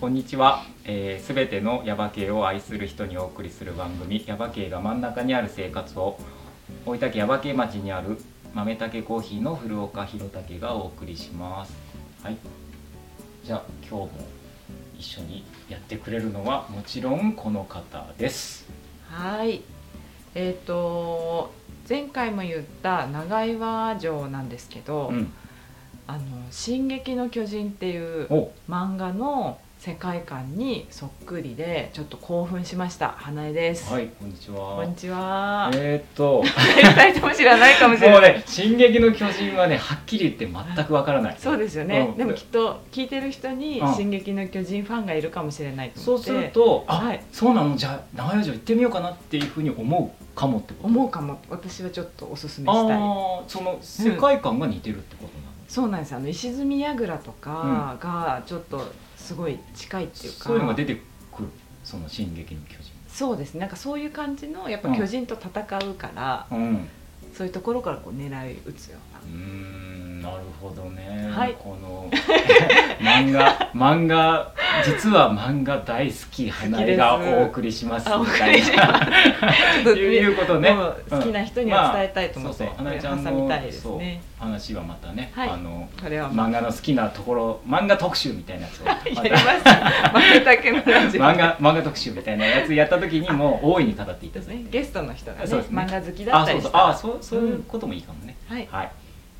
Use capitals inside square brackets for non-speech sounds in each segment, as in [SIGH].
こんにちは。す、えー、べ、てのヤバ系を愛する人にお送りする番組、ヤバ系が真ん中にある生活を。大分県ヤバ系町にある豆竹コーヒーの古岡弘武がお送りします。はい。じゃあ、今日も一緒にやってくれるのは、もちろんこの方です。はい。えっ、と前回も言った長岩城なんですけど、うん。あの進撃の巨人っていうお、漫画の世界観にそっくりでちょっと興奮しました花江です。はい、こんにちこんはに。ちは。えーっ [LAUGHS] と、二人とも知らないかもしれもう [LAUGHS] ない。ね、進撃の巨人はね、はっきり言って全くわからない。そうですよね、うんでもきっと聞いてる人にうん「進撃の巨人」ファンがいるかもしれないとそ思うってすると、あ、はいそうなのじゃあ長屋城行ってみようかなっていうふうに思うかもってこと思うかも私はちょっとおすすめしたいああその世界観が似てるってことなの、そうなんですよあの石積み櫓とかがちょっとすごい近いっていうか、そういうのが出てくるその「進撃の巨人そうですねなんかそういう感じのやっぱうん巨人と戦うから」、うんそういうところからこう狙い撃つようなうーんなるほどね、はいこの漫画 [LAUGHS] 漫画実は漫画大好き花江が好きですお送りしますあおみ送たいりしな [LAUGHS] ちょっということねもう好きな人には伝えたいとそ思うって、そう花江ちゃんこれ挟みのたいですそうね話はまたね、はいあのこれはま漫画の好きなところ漫画特集みたいな [LAUGHS] やつをまあやたります負けたけのラジオ漫画漫画特集みたいなやつやった時にもう大いに語っていたでだすいねて、ゲストの人がねそうですね漫画好きだあったそうりそうしたらあそうそういうこともいいかもね、はいはい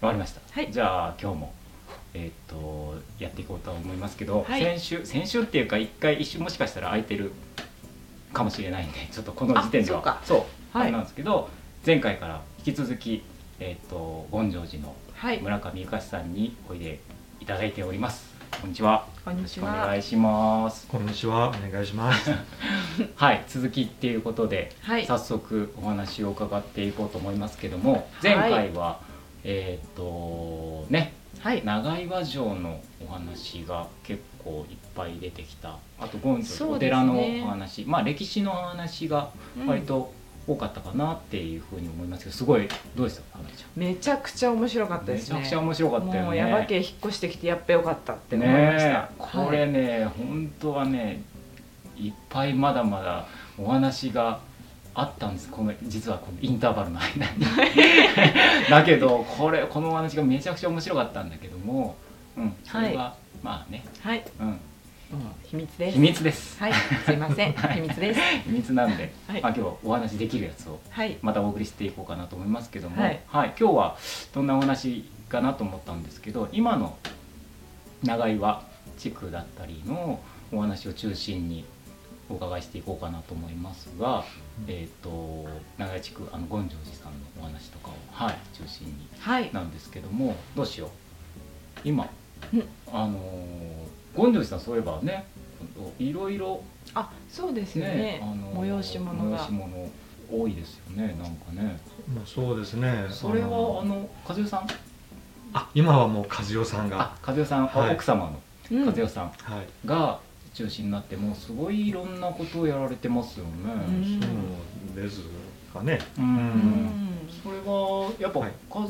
わかりました、はいじゃあ今日もえーっとやっていこうとは思いますけど、はい先週先週っていうか一回一瞬もしかしたら空いてるかもしれないんでちょっとこの時点であそうかはそうはいあれなんですけど前回から引き続きえーっと権城寺のはい村上ゆかしさんにおいでいただいておりますこんにちはこんにちはよろしくお願いしますこんにちは、お願い [LAUGHS] します。はい続きっていうことではい早速お話を伺っていこうと思いますけども前回は、えーっ、とねはい長岩城のお話が結構いっぱい出てきたあとゴンズそおうです寺ねのお話、まあ歴史のお話がうん割と多かったかなっていうふうに思いますけどすごいどうでしたか花ちめちゃくちゃ面白かゃっんたでめすちねゃくちゃ面白かったよねもうヤバ系引っ越してきてやっぱよかったって思いましねえ、たこれね、本当はねいっぱいまだまだお話があったんですこの実はこのインターバルの間 [LAUGHS] にだけどこれこのお話がめちゃくちゃ面白かったんだけども、うん、それは、まあね、はい、はいうん、もう秘密です秘密ですはいすいません秘密です秘密なんで、はいまあ、今日お話できるやつをはいまたお送りしていこうかなと思いますけども、ははいい今日はどんなお話かなと思ったんですけど今の長岩地区だったりのお話を中心にお伺いしていこうかなと思いますが、えー、と長岩地区あの権城寺さんのお話とかを、はい、中心にはいなんですけどもどうしよう今うんあのー権城寺さんそういえばねいろいろあそうですよねねあのー催し物催がし物多いですよねなんかね。もうそうですね。それはああのの和代さんあ今はもう和代さんが、あ和代さん、あはい奥様うんの和代さんはい、が中心になってもうすごいいろんなことをやられてますよね。んうそうですかね。ううんんそれはやっぱ、はいか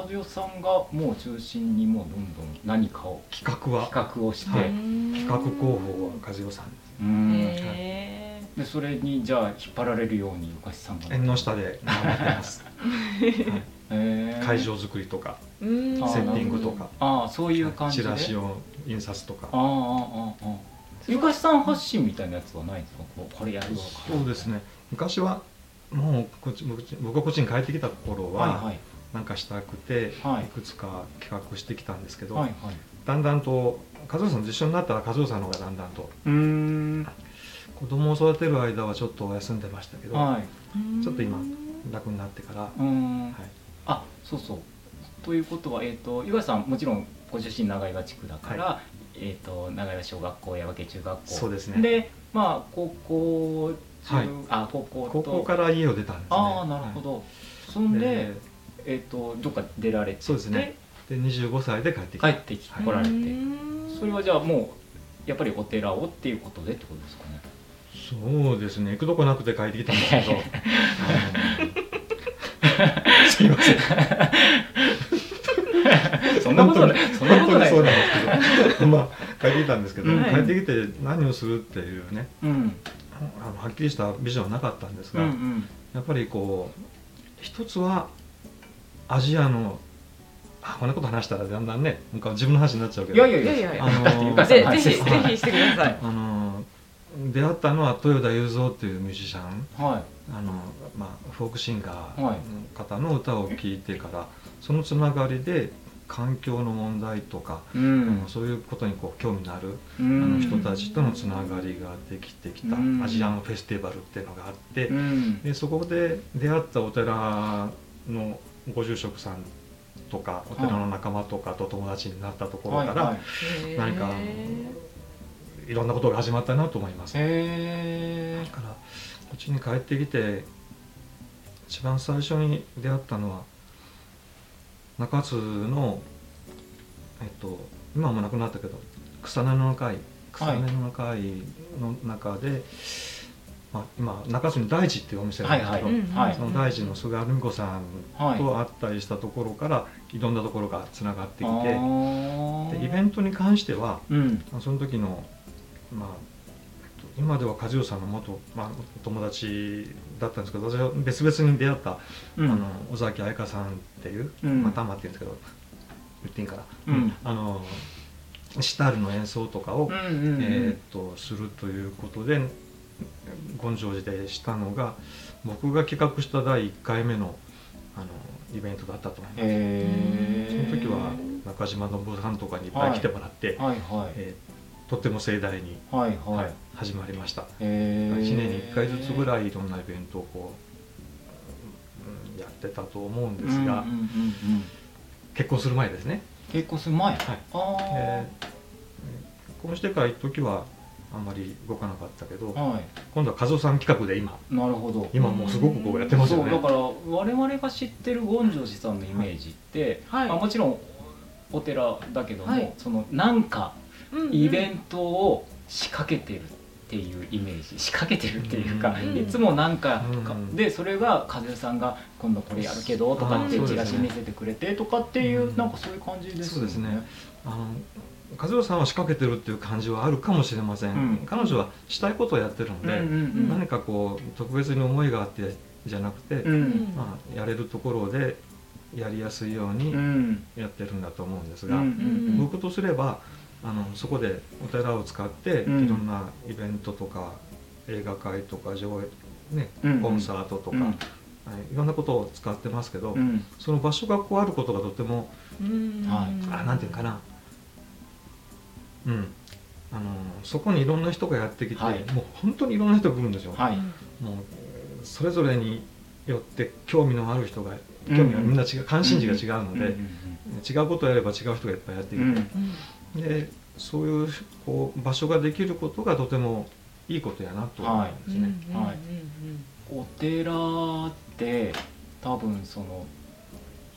和代さんがもう中心にもうどんどん何かを企画は企画をして、はいうん企画候補は和代さんでうんへーでそれにじゃあ引っ張られるようにゆかしさんがす。縁の下で頑張って [LAUGHS] ます。へー会場作りとか、うんあーセッティングとか、ああそういう感じチで、ラシを印刷とかあ。あああああゆかしさん発信みたいなやつはないんですかこうこれやるわそうですね。昔はもうこっち僕僕がこっちに帰ってきた頃は、はいはいなんかしたくて、はいいくつか企画してきたんですけど、はいはいだんだんと和代さんと一緒になったら和代さんの方がだんだんとうーん子供を育てる間はちょっと休んでましたけど、はいちょっと今うん楽になってから、うーん、はいあそうそうということはえっ、と岩井さんもちろんご出身長岩地区だから、えっ、と長岩小学校矢分中学校そうですでねまあ高校中、はいあ高校と高校から家を出たんですねああなるほど、そんはいで、でえっ、とどっか出られてそうですねで25歳で帰って帰きた、ってきて来られて、うんそれはじゃあもうやっぱりお寺をっていうことでってことですか [LAUGHS] ねそうですね行くとこなくて帰ってきた [LAUGHS] ん [LAUGHS] ですけどあのすいませんまあ帰ってきたんですけど、うん帰ってきて何をするっていうねうんあのはっきりしたビジョンはなかったんですうんうが、んやっぱりこう一つはアジアのあこんなこと話したらだんだんねなんか自分の話になっちゃうけいどやいや [LAUGHS] いやいやいやあのだってゆかさんのぜ話ぜでひすかぜらひしてください。あの出会ったのは豊田雄三っていうミュージシャンはあの、まあ、フォークシンガーはのい方の歌を聴いてから、そのつながりで環境の問題とか、いうんそういうことにこう興味のある、ああの人たちとのつながりができてきた、うんアジアンフェスティバルっていうのがあって、うんでそこで出会ったお寺のご住職さんとかお寺の仲間とかと友達になったところから、はいはいへー何かい、ろんなことが始まったなと思います。へだからこっちに帰ってきて一番最初に出会ったのは中津のえっと今はもうなくなったけど草根の会草根の会の中で、まあ、今中津に大地っていうお店なんですけど、はうんうんはいその大地の菅留美子さんーはいと会ったりしたところから、い、ろんなところがつながってきてでイベンントに関してはトうんその時の、まあえっと、今では和代さんの元、まあ、お友達だったんですけど私は別々に出会った、うんあの尾崎彩香さんっていう、うんまあ、タマっていうんですけど言っていいんかな、うんあのシタールの演奏とかを、うんうんうんえーっとするということで権城寺でしたのが僕が企画した第1回目のあのイベントだったと思います。へそーの時は中島信夫さんとかにいっぱい来てもらって、はいはいえーとっても盛大に、はいははいい、始まりましたへー1年に1回ずつぐらいいろんなイベントをこう、うんやってたと思うんでうすが、んうんうんうん結婚する前ですね、結婚する前あえあー結婚してから一時はあんまり動かなかったけどは今度は和夫さん企画で今いなるほど今もうすごくこうやってますよねそうだから我々が知ってる権城寺さんのイメージって、はいまあ、もちろんお寺だけども、はいそのなんかうんうんイベントを仕掛けてるっていうイメージ仕掛けてるっていうか、うんいつもなんか、うんでそれが和代さんが「今度これやるけど」とかってあーチラシ見せてくれてとかっていう、うんなんかそういう感じですそうよですねあの和夫さんは仕掛けてるっていう感じはあるかもしれませうん、ん彼女はしたいことをやってるのうんで、うん何かこう特別に思いがあってじゃなくて、うんうんまあ、やれるところでやりやすいよううにんやってるんだと思うんですうんうが、ん僕とすればあのそこでお寺を使っていろうんんなイベントとか映画会とか上映、ねうんコンサートとか、うんはいいろんなことを使ってますけど、うんその場所がこうあることがとても、うんはいあなんていうかなうんあのそこにいろんな人がやってきて、はいもう本当にいろんな人が来るんですよ。はいもうえーそれぞれによって興味のある人がうん興味がみんな違う関心事が違うので、うん違うことをやれば違う人がいっぱいやってういる、んうんうんでそういうこう場所ができることがとてもいいことやなと思うんですね。うんうんはいお寺って多分その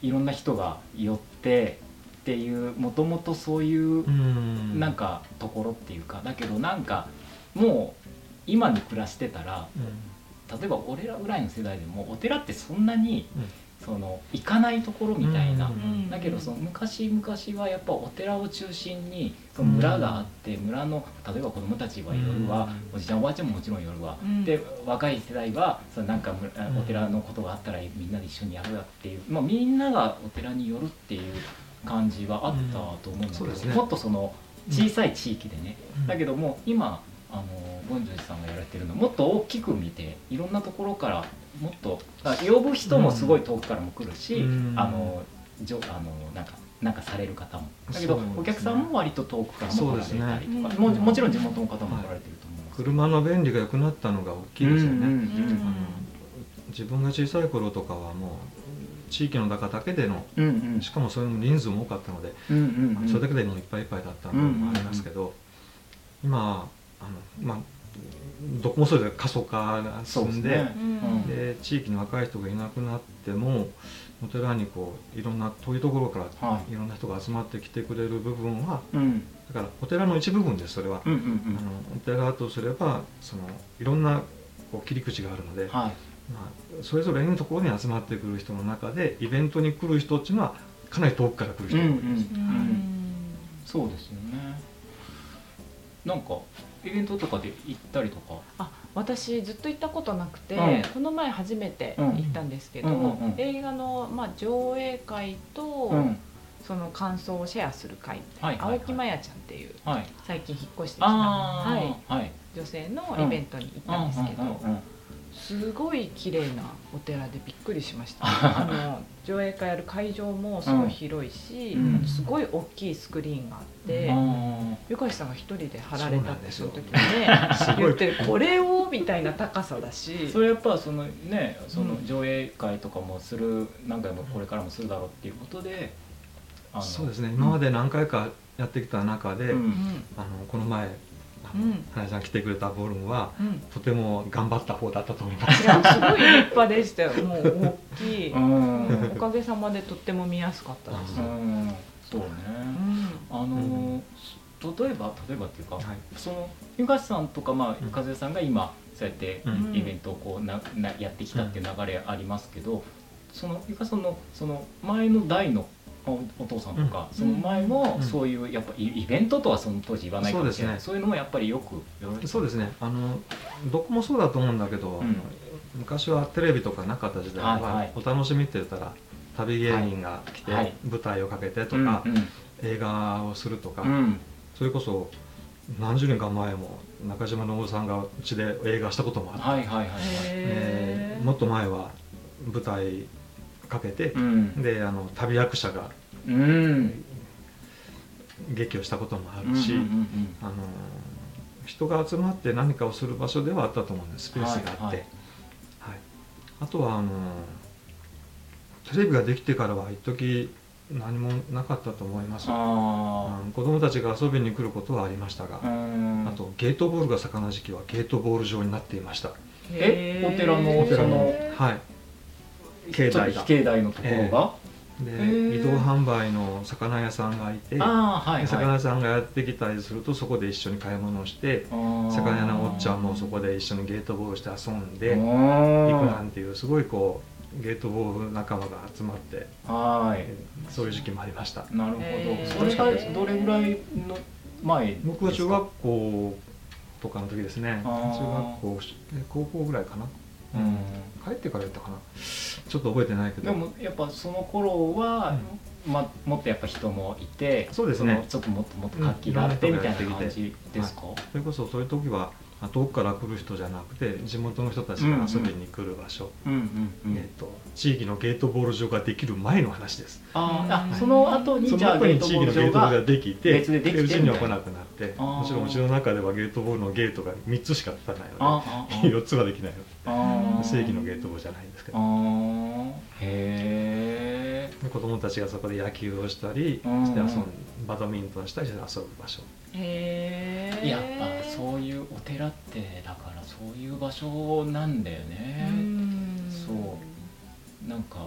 いろんな人が寄ってっていうもともとそういううんなん、かところっていうかだけどなんかもう今に暮らしてたらうん例えば俺らぐらいの世代でもお寺ってそんなにうんその行かないところみたいなうんうんだけどその昔々はやっぱお寺を中心にその村があって村の例えば子供たちは夜はうんおじちゃんおばあちゃんももちろん夜はうんで若い世代はそのなんかむうんお寺のことがあったらみんなで一緒にやるやっていう、まあ、みんながお寺に寄るっていう感じはあったと思うんだけど、うんそうですねもっとその小さい地域でね、うんだけども今あの権城寺さんがやられてるのもっと大きく見ていろんなところからもっとあ呼ぶ人もすごい遠くからも来るし、うんあのじょあのなんかなんかされる方もだけど、そうですねお客さんも割と遠くからも来られたりとか、そうですねももちろん地元の方も来られてると思うんですけど車の便利が良くなったのが大きいですよね。うんあの自分が小さい頃とかはもう地域の中だけでのうんうんしかもそれも人数も多かったのでうんうんうんそれだけでもういっぱいいっぱいだったのもありますけど、今あの、まあ、どこもそうです過疎化がそう進んでですねうんうで、地域の若い人がいなくなってもお寺にこういろんな遠いところからはいろんな人が集まってきてくれる部分はうんだからお寺の一部分ですそれは。うんうんうあのんお寺とすればそのいろんなこう切り口があるのはで、いまあ、それぞれのところに集まってくる人の中でイベントに来る人っていうのはかなり遠くから来るう人んうが多いんです。うんそうですよねなんかイベントとかで行ったりとかあ私ずっと行ったことなくて、うんこの前初めて行ったんですけど、うんうんうん映画の、まあ、上映会と、うんその感想をシェアする会、はいはいはい青木まやちゃんっていうはい最近引っ越してきた、はああはいい、女性のイベントに行ったんですけど、うんうんうんすごい綺麗なお寺でびっくりしましたあの上映会やる会場もすごい広いし、うんすごい大きいスクリーンがあって、うんあゆかしさんが一人で貼られたってそそうのなん時にでねすよ言ってこれをみたいな高さだしーそれやっぱそのねそうのん上映会とかもする何回もこれからもするだろうっていうことであのそうですね今まで何回かやってきた中で、うんあのこの前あうのん花江さん来てくれたボールンはうん、うんとても頑張った方だったと思いま [LAUGHS] すいやすごい立派でしたよもう大きい、ううんんおかげさまでとっても見やすかったです、うんそうねうんあのうー例えば例えばっていうかはいその東さんとかまうんあ和江さんが今そうやってうんイベントをこうななやってきたっていう流れありますけどそのゆかさんのその前の代のおお父さんとか、んその前もうんそういうやっぱイイベントとはその当時言わないかもしれないそそう,、いうのもやっぱりよくよろしそうですねあのどこもそうだと思うんだけど、んあの昔はテレビとかなかった時代は、はいはいお楽しみって言ったら旅芸人が来て、はい舞台をかけてとか、うん映画をするとか、うんうんそれこそ何十年か前も中島信夫さんがうちで映画したこともあって、はいはいはいはい、へええーもっと前は舞台かけてう、んであの旅役者がうん劇をしたこともあうんるし、うんうんあの人が集まって何かをする場所ではあったと思うんですスペースがあって、ははいいはいあとはあのテレビができてからは一時何もなかったと思います、あうん子供たちが遊びに来ることはありましたが、あうんあとゲートボールが盛んな時期はゲートボール場になっていましたえお寺のへーお寺のはい境ちょっ内とが非境内のところが、でー移動販売の魚屋さんがいて、ああはいで魚はい屋さんがやってきたりするとそこで一緒に買い物をして魚魚屋のおっちゃんもそこで一緒にゲートボールして遊んで行くなはんていうすごいこうゲートボール仲間が集まっていそういう時期もありましたなるほど、えーそれがどれぐらいの前ですか僕は中学校とかの時ですねあ中ー学校え高校ぐらいかなうん帰ってからやったかなちょっと覚えてないけどでもやっぱその頃は、ま、もっとやっぱ人もいてそうですねのちょっともっともっと活気があってうんみたいな感じですか、それこそそういう時はあ遠くから来る人じゃなくて地元の人たちが遊びに来る場所、うんうんうんえっと地域のゲートボール場ができる前の話ですあーうんあその後にそじのゃあ後ゲーにト地ボ域のーゲルー場トボーがルができて別でできてうちには来なくなってあーもちろんうちの中ではゲートボールのゲートが3つしか立たないのあ [LAUGHS] で4つはできないのであああ正規のゲートボールじゃないんですけあどーへえで子供たちがそこで野球をしたりしてうん遊んバドミントンしたりして遊ぶ場所へえやっぱそういうお寺ってだからそういう場所なんだよね、んそなんか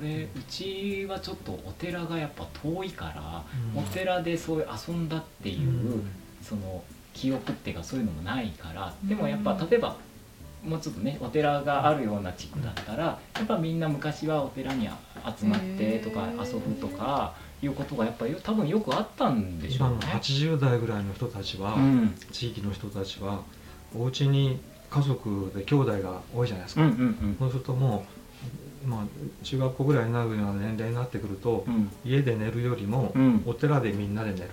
俺うちはちょっとお寺がやっぱ遠いから、お寺でそういう遊んだっていう、その記憶っていうかそういうのもないからでもやっぱうん例えばもうちょっとねお寺があるような地区だったらやっぱみんな昔はお寺に集まってとかへー遊ぶとかいうことがやっぱよ多分よくあったんでしょ今うのね。 80代ぐらいの人たちは、うん地域の人たちはお家に家族で兄弟が多いじゃないですうんか、うんうんそうするともう、まあ、中学校ぐらいになるような年齢になってくると、うん家で寝るよりも、うんお寺でみんなで寝る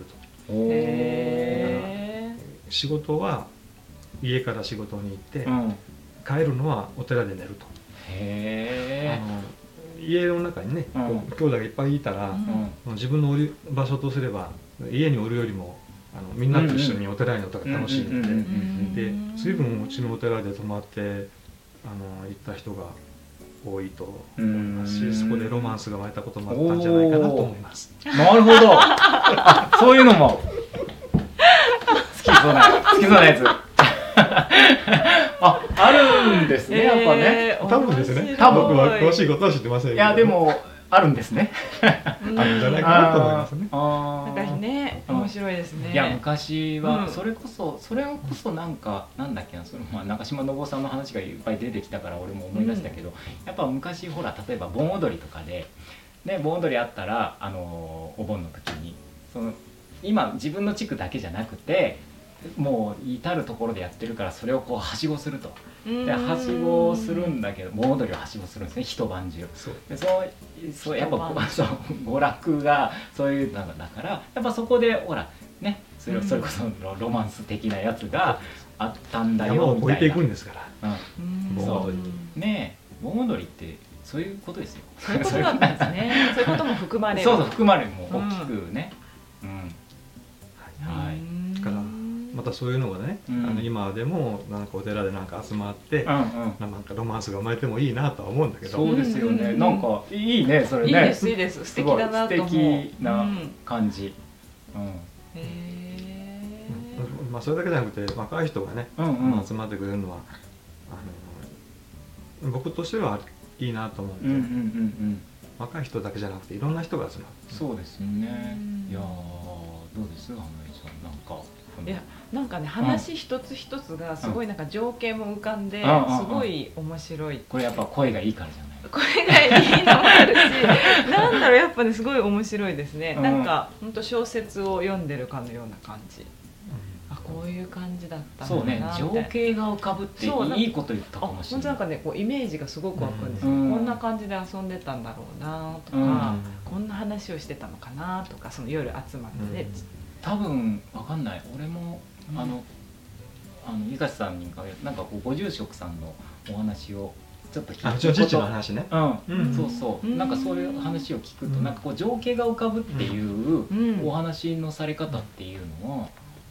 とおーへ仕事は家から仕事に行って、うん帰るのはお寺で寝ると、あへの家の中にね、こううん兄弟がいっぱいいたら、うえ、うん、自分のおり場所とすれば家におるよりもあのみんなと一緒にお寺におった方が楽しいので、うんうんうんうんうんで随分うちのお寺で泊まってあの行った人が多いと思いますうんしそこでロマンスが生まれたこともあったんじゃないかなと思いますなるほどあそういうのも好きそうな好きそうなやつああるんですね、やっぱねへー多分ですね面白多い分僕は詳しいことは知ってませんけどいやでもあるんですねうんあるんじゃないかなと思いますねあなーんかねうん面白いですねいや昔はうんそれこそそれこそなんかなんだっけなそのまあ中島信夫さんの話がいっぱい出てきたから俺も思い出したけどやっぱ昔ほら例えば盆踊りとかでね盆踊りあったらあのお盆の時にその今自分の地区だけじゃなくてもう至る所でやってるからそれをこうはしごするとうんではしごをするんだけど盆踊りをはしごするんですね一晩中そうでそうそうやっぱ一こ晩う [LAUGHS] そう娯楽がそういうのだからやっぱそこでほらねそれ,、うんそれこそロロマンス的なやつがあったんだ山よをみ越えたていいなくんですからうん盆踊りにうんねえ盆踊りってそういうことですよそういうことだったんです [LAUGHS] ねそういうことも含まれるそうそう含まれるもう大きくねうん、はいうんだからまたそういうのがね、うんあの今でもなんかお寺でなんか集まって、うんうんなんかロマンスが生まれてもいいなとは思うんだけどそうですよね、うんうんうんなんかいいねそれねいいですいいです素す敵ごいだなと思う素敵なうん感じ、うんへえうんまあ、それだけじゃなくて若い人がね、うんうん集まってくれるのはあの僕としてはいいなと思うんうで、んうんうんうん若い人だけじゃなくていろんな人が集まるそうですよねうんいやーどうです花井さんなんかこのいやなんかね話一つ一つがすごいなんか情景も浮かんで、うんうんうんすごい面白いこれやっぱ声がいいからじゃないこれがいいのもあるしなんだろうやっぱねすごい面白いですね、うんなんか本当小説を読んでるかのような感じあこういう感じだったんだなそうねみたい情な景が浮かぶってそうなんいいこと言ったあかも本し当れなないんかねこうイメージがすごく湧くんですよ、うんこんな感じで遊んでたんだろうなとか、うんこんな話をしてたのかなとかその夜集まって、うん多分わかんない俺もうんあのあの井頭さんにかなんかこうご住職さんのお話をちょっと聞いたあこうちとの父の話ね、うんううんんそうそう、うんなんかそういう話を聞くと、うんなんかこう情景が浮かぶっていううんお話のされ方っていうのは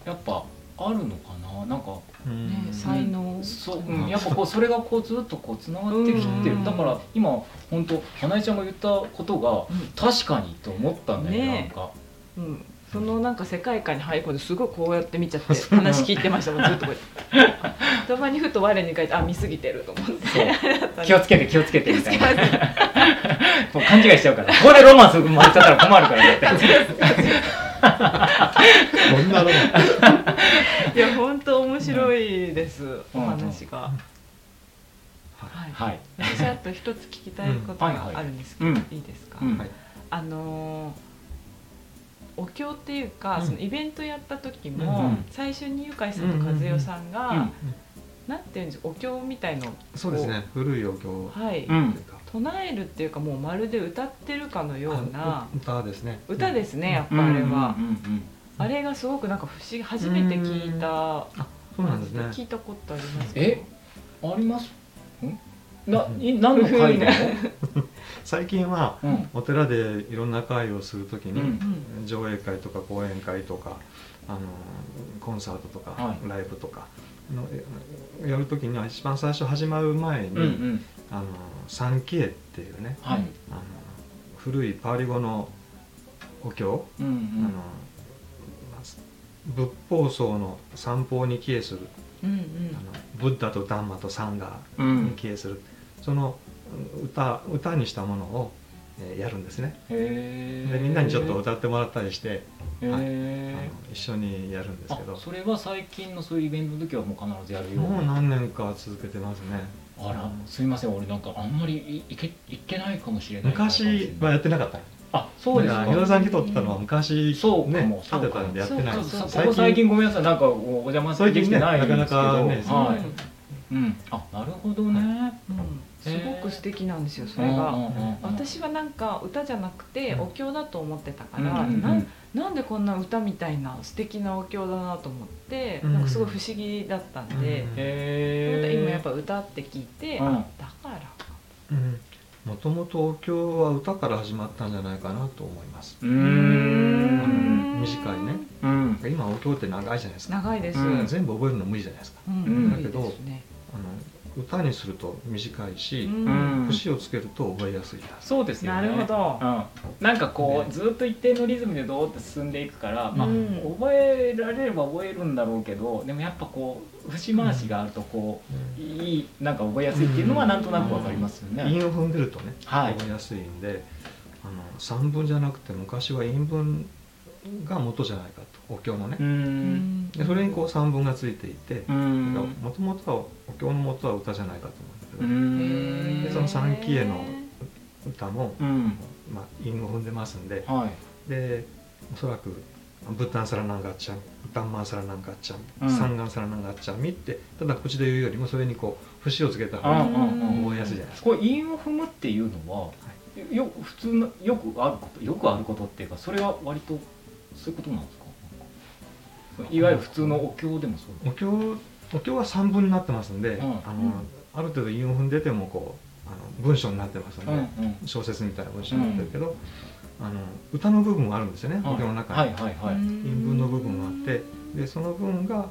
やっぱあるのかななんかうんね才能そう、うんうんやっぱこうそれがこうずっとこうつながってきてうんるだから今本当花江ちゃんが言ったことが確かにと思ったんだよ、ねえなんかうんそのなんか世界観に入り込んですごいこうやって見ち [LAUGHS] ゃって話聞いてましたもんずっとこうやってたまにふと我に返ってあ見すぎてると思ってそう [LAUGHS] 気をつけて気をつけてみたいな気をつけもう勘違いしちゃうからここでロマンス生まれちゃったら困るからだってこんなロマンいや本当面白いです、うんお話が、は [LAUGHS] い、はい私あと一つ聞きたいことがあるんですけど、、うんはいいはいですか、うんはいあのーお経っていうか、うんそのイベントやった時うも、んうん最初にゆかいさんと和代さんが、うんなんていうんですかお経みたいのをそうですね古いお経とはい、うんいうか、唱えるっていうかもうまるで歌ってるかのようなあ歌ですね歌ですねやっうんぱあれはう、んうんうんあれがすごくなんか不思議初めて聞いた、あそうなんですね聞いたことありますかえありますんない何の回なの、最近はうんお寺でいろんな会をするときに、うんうん上映会とか講演会とかあのコンサートとか、はいライブとかのえやるときには一番最初始まる前に「うんうんあの三キエ」っていうねはいあの古いパーリ語のお経、うんうあのんまあ仏法僧の三宝に帰依するうんうんあのブッダとダンマとサンガうにん帰依する、その歌歌にしたものを、えーやるんですねへえでみんなにちょっと歌ってもらったりして、へはいあえの一緒にやるんですあけどそれは最近のそういうイベントの時はもう必ずやるようもうな何年か続けてますねあらすいません俺なんかあんまりいいけいけないかもしれない昔はやってなかったあそうですだからか広さんにとったのは昔そうかねもそ建うてかたもんでやってないそうでかすそうかここ最近ごめんなさいなんかおお邪魔最で近ねきてないんですけどなかなかねはうんいうんあなるほどねうんすごく素敵なんですよそうんうれんが。うんうん私はなんか歌じゃなくてうんお経だと思ってたかうんうら、んうなんんなんでこんな歌みたいな素敵なお経だなと思って、うんなんかすごい不思議だったんで、うんへえ今やっぱ歌って聞いて、うんあだからかもともとお経は歌から始まったんじゃないかなと思いますうーうんん短いねうん今お経って長いじゃないですか長いです、ううんん全部覚えるの無理じゃないですかうんいいですねあの歌にすると短いし、うんうん節をつけると覚えやすいですそうですよなねるほど、うん、なんかこう、ねずっと一定のリズムでどうって進んでいくから、まあうん覚えられれば覚えるんだろうけどでもやっぱこう節回しがあるとこう、いいなんか覚えやすいっていうのはうんなんとなくわかりますよね。韻を踏んでるとね、はい覚えやすいんであの散文じゃなくて昔は韻文が元じゃないかとお経のねう、んでそれにこう散文がついていてうもんともとはお経の元は歌じゃないかと思ううんだうんんでその三喜絵のけど、歌も、うんまあ、韻を踏んでますんではいでおそらくブタンサラナンガッチャンダンマンサラナンガッチャうンんサンガンサラナンガッチャンミってただ口で言うよりもそれにこう節をつけた方うがんうんうん覚えやすいじゃないですかこれ韻を踏むっていうのは、よ普通のよくあることよくあることっていうかそれは割とそういうことなんですかいわゆる普通のお経でもそうお経お経は3分になってますんで、んあうのんある程度韻を踏んでてもこうあの文章になってますので、ん小説みたいな文章になってるけど、あの歌の部分はあるんですよね、お経の中に、はいはいはい、韻文の部分があってでその部分がまあ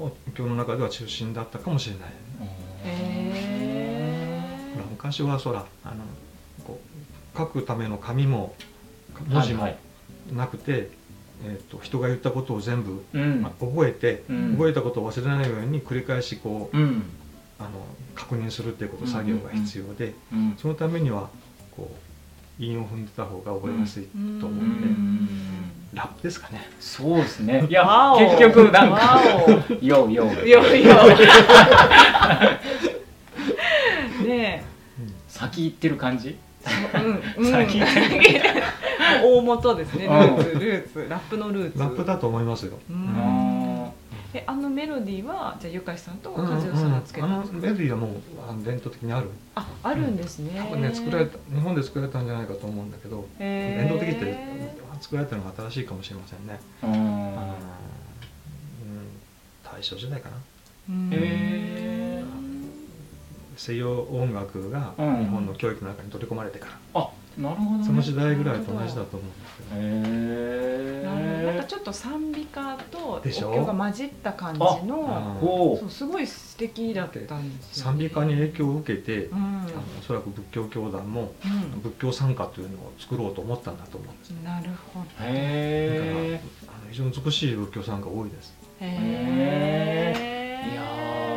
おお経の中では中心だったかもしれない、ほら昔はそらあのこう書くための紙も文字もはいなくて、えー、と人が言ったことを全部、うんまあ覚えて、うん覚えたことを忘れないように繰り返しこう、うんあの確認するっていうこと作業が必要で、うんそのためにはこう韻を踏んでた方が覚えやすい、とう思うねんラップですかねそうですねいや結局なんか「ようよういやいや [LAUGHS] ね先行ってる感じえ、うん、うん、先行ってる大元ですね。ルうんーツ、ルーツ、ラップのルーツ。ラップだと思いますよ、う。うんんえ、あのメロディーは、じゃあ、ゆかしさんとうんうん和代さんがつけあたんのですか。メロディーはもうあの伝統的にあるあ、あるんですね。多分ね作られた日本で作られたんじゃないかと思うんだけどへー伝統的って作られたのが新しいかもしれませんね、うんあのうん、大正時代かなうんへ西洋音楽が日うん本の教育の中に取り込まれてから、あなるほど、ね、その時代ぐらいと同じだと思うんですけどへなるほどなんかえちょっと賛美歌とおでしょ経が混じった感じのあほそうすごい素敵だったんですよ賛美歌に影響を受けて、うあんのおそらく仏教教団もう仏教参加というのを作ろうと思ったんだと思うんですだんなるほどうからへあの非常に美しい仏教参加多いですへええいや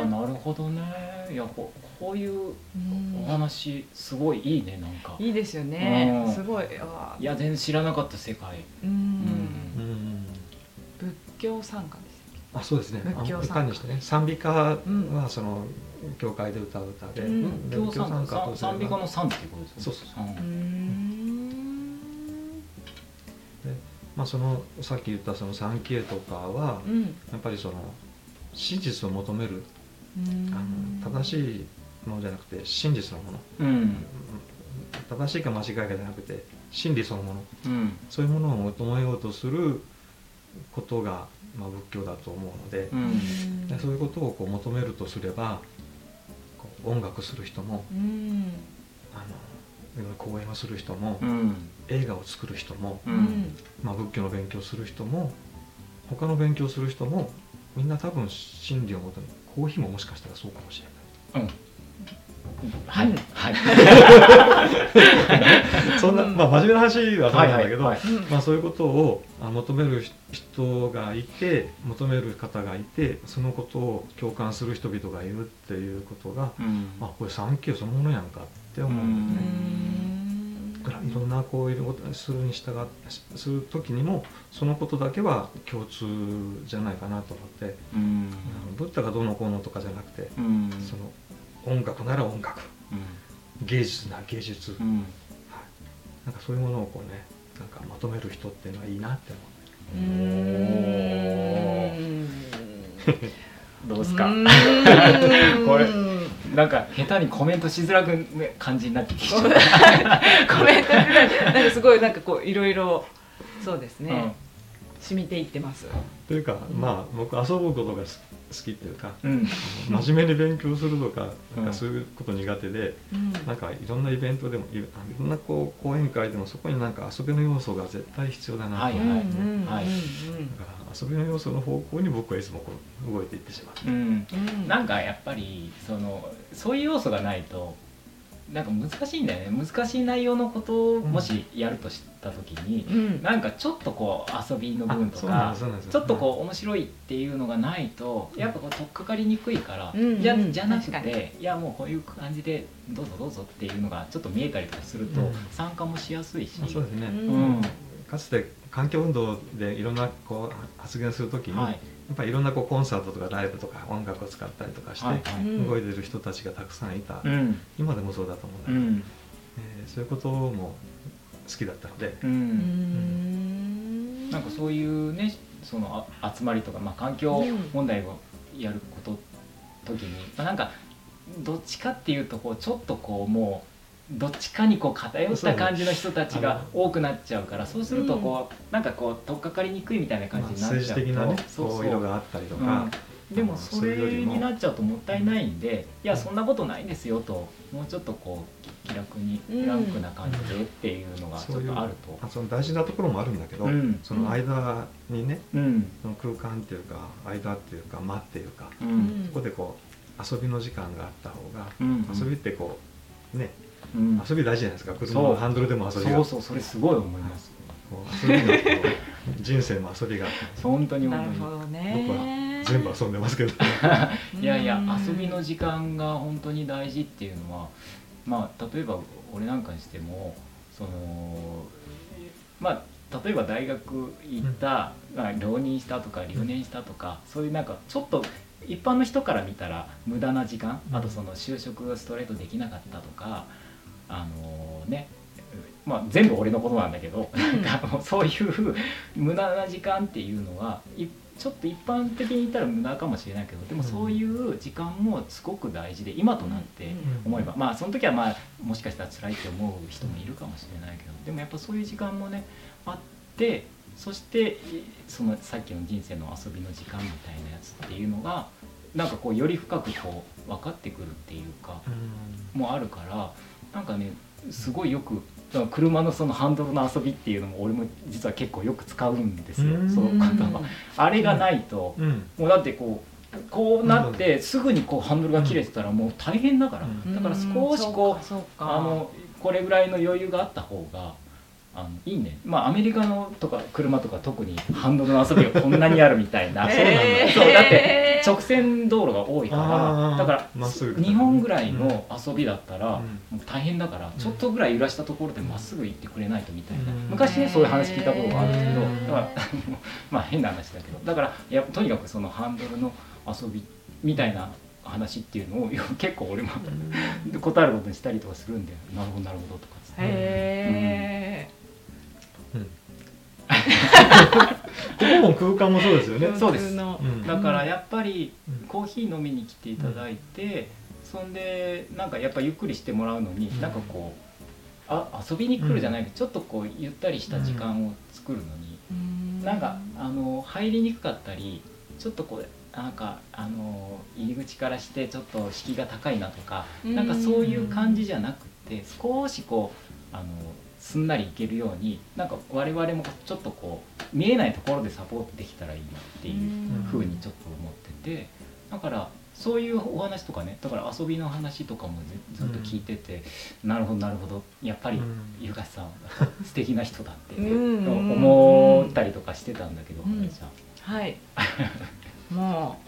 ーなるほどねいやここういううんお話すごいいいねなんかいいですよねうんすごいあいや全然知らなかった世界ううんうん仏教参加ですあそうですねあの仏教参加いかにしてね賛美歌はその、教会で歌う歌で、うんで仏教参加とすれば賛美歌の賛っていうことですそうそうそうんまあ、そのさっき言ったその産経とかはうんやっぱりその真実を求めるうんあの正しいものじゃなくて真実のものうんうんうん正しいか間違いかじゃなくて真理そのものうんそういうものを求めようとすることが、まあ、仏教だと思うのでう,、んでそういうことをこう求めるとすればこう音楽する人もうんあのいろいろ講演をする人も、うん映画を作る人も、ううんんまあ、仏教の勉強する人も他の勉強する人もみんな多分真理を求めるコーヒーももしかしたらそうかもしれはいはいない [LAUGHS] そんな、うんまあ、真面目な話 [LAUGHS] はそうなんだけど、はいはいうんまあ、そういうことをあ求める人がいて求める方がいてそのことを共感する人々がいるっていうことが、うんあこれ産経そのものやんかって思うんですね。だからいろんなこういうことをするに従ってしする時にもそのことだけは共通じゃないかなと思ってうんあのブッダがどうのこうのとかじゃなくてうんその音楽なら音楽う芸術なら芸術、んうんなんかそういうものをこうねなんかまとめる人っていうのはいいなって思うう。ーんどうですかうーんこ [LAUGHS] れなんか下手にコメントしづらくね感じになってきちゃったコメントぐらいなんかすごいなんかこういろいろそうですね、染みていってますというかまあ僕遊ぶことが好好きっていうかうんうん真面目に勉強するとかうんなんかそういうこと苦手で、うんなんかいろんなイベントでもいろいろんなこう講演会でもそこになんか遊びの要素が絶対必要だなと思って、はいはいうんうんはいだから遊びの要素の方向に僕はいつもこう動いていってしまうう。んうんうんなんかやっぱりそのそういう要素がないとなんか難しいんだよね難しい内容のことをもしやるとした時に、うんなんかちょっとこう遊びの部分とそうなんかですそうなんですちょっとこう面白いっていうのがないとやっぱこう取っかかりにくいから、うんじゃうんじゃなく確かていやもうこういう感じでどうぞどうぞっていうのがちょっと見えたりとかすると、うん参加もしやすいしまあ、そうですね、うんうんかつて環境運動でいろんなこう発言するときに、はいやっぱりいろんなこうコンサートとかライブとか音楽を使ったりとかして、はいうん動いてる人たちがたくさんいた、はいうん今でもそうだと思うんだうけど、んえーそういうことも好きだったので、ううんんなんかそういうねそのあ集まりとか、まあ、環境問題をやること時に、まあ、なんかどっちかっていうとこうちょっとこうもうどっちかにこう偏った感じの人たちが多くなっちゃうからそうするとこう、なんかこう取っかかりにくいみたいな感じになっちゃう政治的なねそうこそうう色があったりとうかん、でもそれになっちゃうともったいないんで、いやそんなことないですよともうちょっとこう気楽にうんフランクな感じでっていうのがちょっとあると、あその大事なところもあるんだけど、うんその間にねうんその空間っていうか間っていうか間っていうか、ううんんここでこう遊びの時間があった方が、うん、遊びってこうねうん、遊び大事じゃないですか車そのうハンドルでも遊びがそうそうそれすごい思います、こう遊びがこう人生の遊びが本当になる本ほ当どね全部遊んでますけどにいやいや遊びの時時間が本当に大事っていうのはまあ例えば俺なんかにしてもそのまあ例えば大学行った、まあ、浪人したとか留年したとか、そういうなんかちょっと一般の人から見たら無駄な時間、うんあとその就職がストレートできなかったとかあのねまあ、全部俺のことなんだけど、なんかもうそういう無駄な時間っていうのはいちょっと一般的に言ったら無駄かもしれないけどでもそういう時間もすごく大事で今となって思えば、まあその時はまあもしかしたら辛いって思う人もいるかもしれないけどでもやっぱそういう時間もねあってそしていそのさっきの人生の遊びの時間みたいなやつっていうのがなんかこうより深くこう分かってくるっていうかもあるからなんかねすごいよくだから車のそのハンドルの遊びっていうのも俺も実は結構よく使うんですようんその方は。あれがないと、うん、うんもうだってこうこうなってすぐにこうハンドルが切れてたらもう大変だから、うんだから少しこうそうかあのこれぐらいの余裕があった方があのいいねまあアメリカのとか車とか特にハンドルの遊びがこんなにあるみたい [LAUGHS] な、そうなんだえーそうだって直線道路が多いかあーらだからまっすぐ行く日本ぐらいの遊びだったら、うもんう大変だからうんちょっとぐらい揺らしたところでまっすぐ行ってくれないとみたいな、うん昔ねそういう話聞いたことがあるんですけどへだーから [LAUGHS] まあ変な話だけどだからいやとにかくそのハンドルの遊びみたいな話っていうのをよ結構俺も答えることにしたりとかするんでなるほどなるほどとかつってへえうん、ここも空間もそうですよね、そうですうんだからやっぱりうんコーヒー飲みに来ていただいて、そんでなんかやっぱゆっくりしてもらうのに、うんなんかこうあ遊びに来るじゃないけど、ちょっとこうゆったりした時間を作るのに、なんかあの入りにくかったりちょっとこうなんかあの入り口からしてちょっと敷居が高いなとか、なんかそういう感じじゃなくて少しこうあのすんなりいけるようになんか我々もちょっとこう見えないところでサポートできたらいいなっていうふうにちょっと思っててだからそういうお話とかねだから遊びの話とかもずずっと聞いてて、なるほどなるほどやっぱりうんゆかしさんは素敵な人だってね、 [LAUGHS] うんと思ったりとかしてたんだけど、うんあれじゃんはい [LAUGHS] も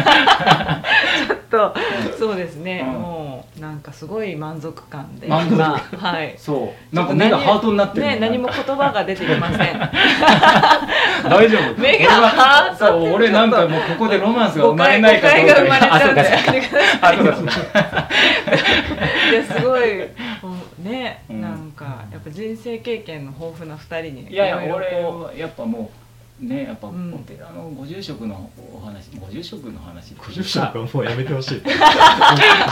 うちょっとそうですね、うんもうなんかすごい満足感で満足今はいそうなんか目がハートになってるね何もなん言か葉が出てきません [LAUGHS] 大丈夫目がハートそう俺なんかもうここでロマンスが生まれないかと誤解思がっ生まれちゃうんであそうかやめてくださいあそうか [LAUGHS] いやすごいもうね、うんなんかやっぱ人生経験の豊富な二人にいやいやろ俺ろこはやっぱもうねやっぱおうん寺のご住職のお話ご住職の話ご住職はもうやめてほしい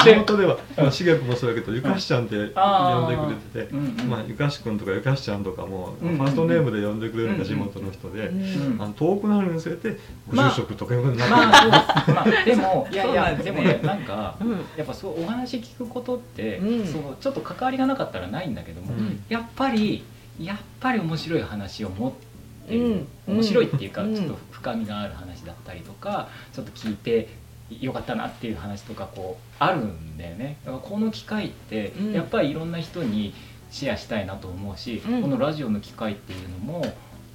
仕事ではまあ志学もそうやけどゆかしちゃんって呼んでくれてて、うんうんまあ、ゆかしくんとかゆかしちゃんとかもフうんうんァーストネームで呼んでくれるのが地元の人で、あの遠くなるにつれてご住職とか呼ぶようになって、まあそうですまあで [LAUGHS] もいやいそうなやんですでねもねなんかうん、うんやっぱそうお話聞くことってうんそのちょっと関わりがなかったらないんだけどもうんやっぱりやっぱり面白い話を持っている、うん面白いっていうか、うんちょっと深みがある話だったりとかちょっと聞いてよかったなっていう話とかこうあるんだよねだからこの機会ってうんやっぱりいろんな人にシェアしたいなと思うし、うんこのラジオの機会っていうのも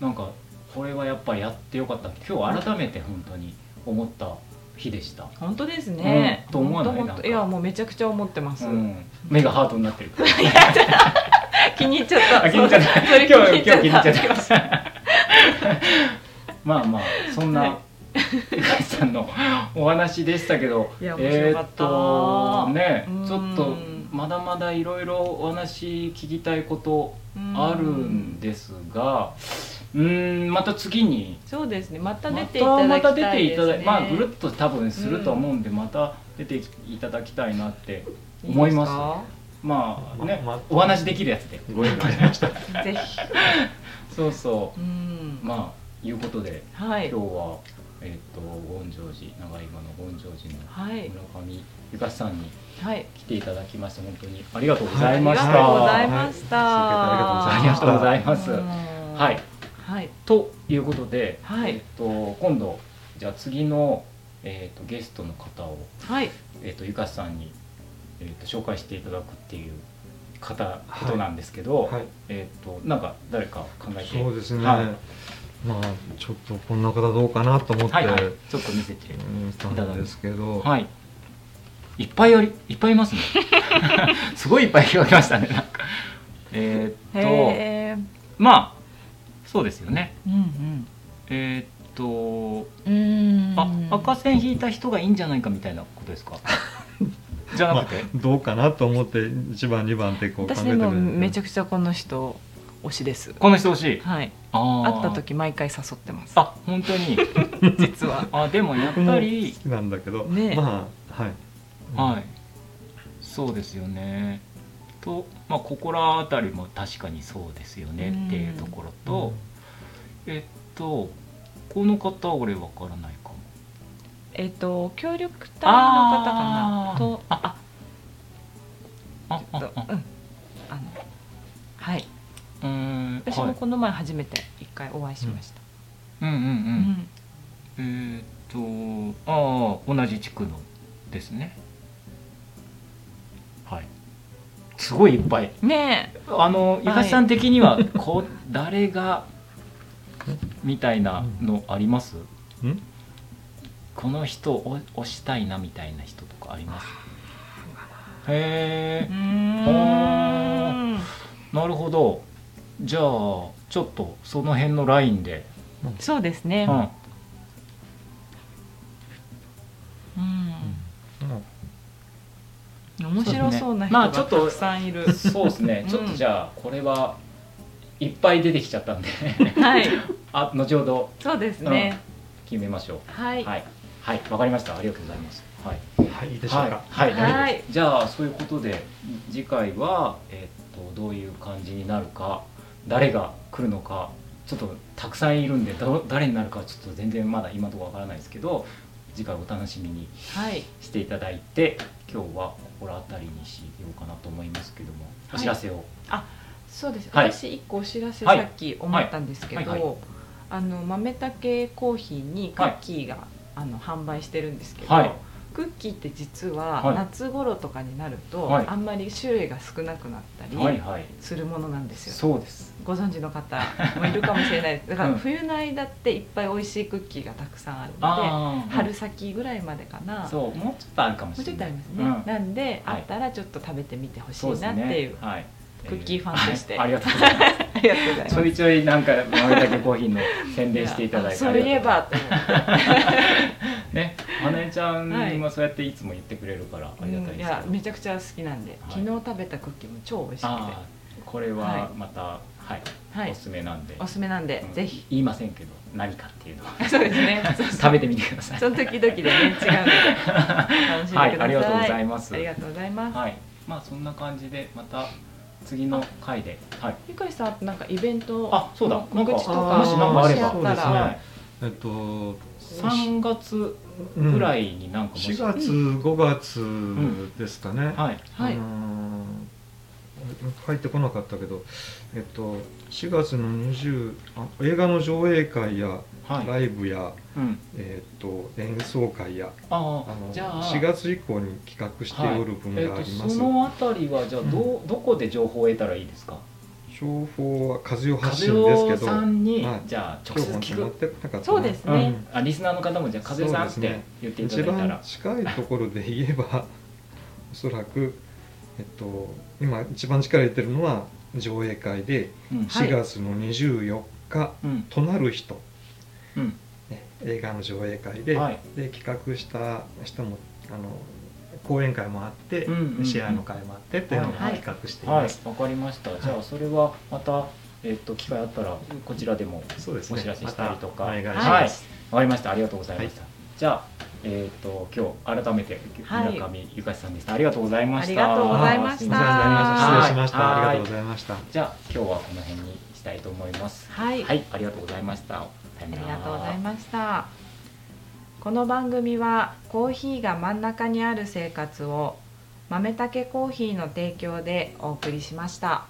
なんかこれはやっぱりやってよかった今日改めて本当に思った日でした。本当ですね、うんと思わない本当なん本か当いやもうめちゃくちゃ思ってます、うん、目がハートになってるから気に入っちゃったあ気に入っちゃっそたうそれ今日今日気に入っちゃ気に入っったまあまあそんはない高橋さんのお話でしたけどいや面え白かーっったとねうんちょっとまだまだいろいろお話聞きたいことうんあるんですがうーんまた次にそうですねまた出まていたたまだたき出たていいでただすいねまあぐるっと多分すると思うんでまた出ていただきたいなっていいですか思いままあねまお話できるやつでご縁がありましたぜひ [LAUGHS] そうそううんまあいうことではい今日はえっと権城寺長井間の権城寺のはい村上ゆかしさんにはい来ていただきまして本当にありがとうございましあた。りがとうございましたありがとうございます。うんはい、はいということで、はいえっと今度じゃあ次のえっとゲストの方をはいえっとゆかしさんにえっと紹介していただくっていう方ことなんですけど、はいえっとなんか誰か考えてそうですね、はいまあちょっとこんな方どうかなと思って、はいはいちょっと見せて。うんしたんですけど、はい。いっぱいあり、いっぱいい [LAUGHS] ますね。すごいいっぱい広げましたね。なんかえーっと、へえまあ、そうですよね。うんえーっと、うんうんあ、赤線引いた人がいいんじゃないかみたいなこと [LAUGHS] ですか。じゃまなあくて。、どうかなと思って1番2番ってこう考え私てでくれもてめちゃくちゃこの人推しですこの人欲しい。はいあ会ーった。時毎回誘っ [LAUGHS] てますあ、本当に。実はあ、でもやっ僕もぱ好 [LAUGHS] り。きなんだけど、ねえまあはい、はい。そうですよね。と、まあ、心当たりも確かにそうですよねっていうところうんと。えっと、この方は俺わからないかも。えっと協力隊の方かあなーとあ、あ、あ、とあ、うんあのはいうん、私はもいこの前初めて一回お会いしました、うん、うん、ううんん。えーっと、ああ、同じ地区のですね。はい。すごいいっぱい。ねえあの、いゆかしさん的には、こ、誰が。みたいなのあります。うんこの人を推したいなみたいな人とかあります。へうえ、ーんなるほど。じゃあ、ちょっとその辺のラインで。そうですね、うん。うんうん面白そうな人まあがちょったとくさんいる、そうですねう。んちょっとじゃあこれはいっぱい出てきちゃったん [LAUGHS] ではいあ後ほどそうですね、決めましょはう。い、はいはいわかりました。ありがとうございます。はいはい、いいでしょうか、はいはいは大丈夫いです。じゃあそういうことで次回はえっとどういう感じになるか誰が来るのかちょっとたくさんいるんでど誰になるかはちょっと全然まだ今のところわからないですけど次回お楽しみにはい、していただいて今日は心当たりにしようかなと思いますけどもお知らせを。そうです、はい私一個お知らせはさいっき思ったんですけはど、いはいはあの豆たけコーヒーにクッキーが、あの販売してるんですけど、はいクッキーって実ははい夏頃とかになると、はいあんまり種類が少なくなったりはいはい。するものなんですよ、そうです。ご存知の方もいるかもしれないですだかうんら冬の間っていっぱい美味しいクッキーがたくさんあるので、ああ。春先ぐらいまでかなもそう、もうちょっとあるかもうしちれょっなとあい。りますね、うんなんで、はいあったらちょっと食べてみてほしそういですなっね。ていうはい。クッキーファンとしてえはいありがとうござい [LAUGHS] まありがとうございます。すちょいちょいなんか豆だけコーヒーの宣伝していただいて。あそういえばあと思ってりがとうございます。ね、花江ちゃはいんもそうやっていつも言ってくれるからありがたいうんいですやけど。めちゃくちゃ好きなんで、昨日食べたクッキーも超美味しくてああ、これははいまたはいはいおすすめなんでお。すすめなんで、うんぜひ言いませんけど何かっていうのは [LAUGHS] そうですねそうそ [LAUGHS] う食べてみてください。その時々でね違うので楽しんでください、 [LAUGHS] はい、ありがとうございますあ。りがとうございます、はい、まあそんな感じでまた次の回で、はい。ゆかりさんあとなんかイベントあそうだ告知とかなんかもしなんかあればもしやったら、そうですねえっと三月うんぐらいになんかもし4月5月ですかね、はいはいあのー入ってこなかったけど、えっと、4月の20あ映画の上映会やはい、ライブや、うん、えっと、演奏会やあああのじゃあ4月以降に企画しておる分えっがあとります、そのあたりはじゃあど,、うどこで情報を得たらいいですか情報は風を風発信ですけ尾どさんに、はいじゃあ直今日接本聞持っくてなかったなそうですうねん、あリスナーの方もじゃあ風尾さんっそうですてね言っていただ一いたら番、近いところで言えば [LAUGHS] おそらく、えっと、今一番力入れてるのは上映会でうんはい4月の24日、うんとなる人、うんね映画の上映会で,、はいで企画した人もあの講演会もあって、うんうんうんシェアの会もあってっていうのをはい企画していはい、わます、かりました。じゃあそれはまたえっと機会あったらこちらでもそうですねお知らせしたりとかまたお願いしはまいす、わかりました。ありがとうございました。じゃあえっと今日改めてはい村上ゆかしさんでした。ありがとうございました。ありがとうございましお世た話になりました失礼しましたはいありがとうございましたじゃあ今日はこの辺にしたいと思います。はい、はい、ありがとうございました。さよあなりらがとうございました。この番組はコーヒーが真ん中にある生活を豆たけコーヒーの提供でお送りしました。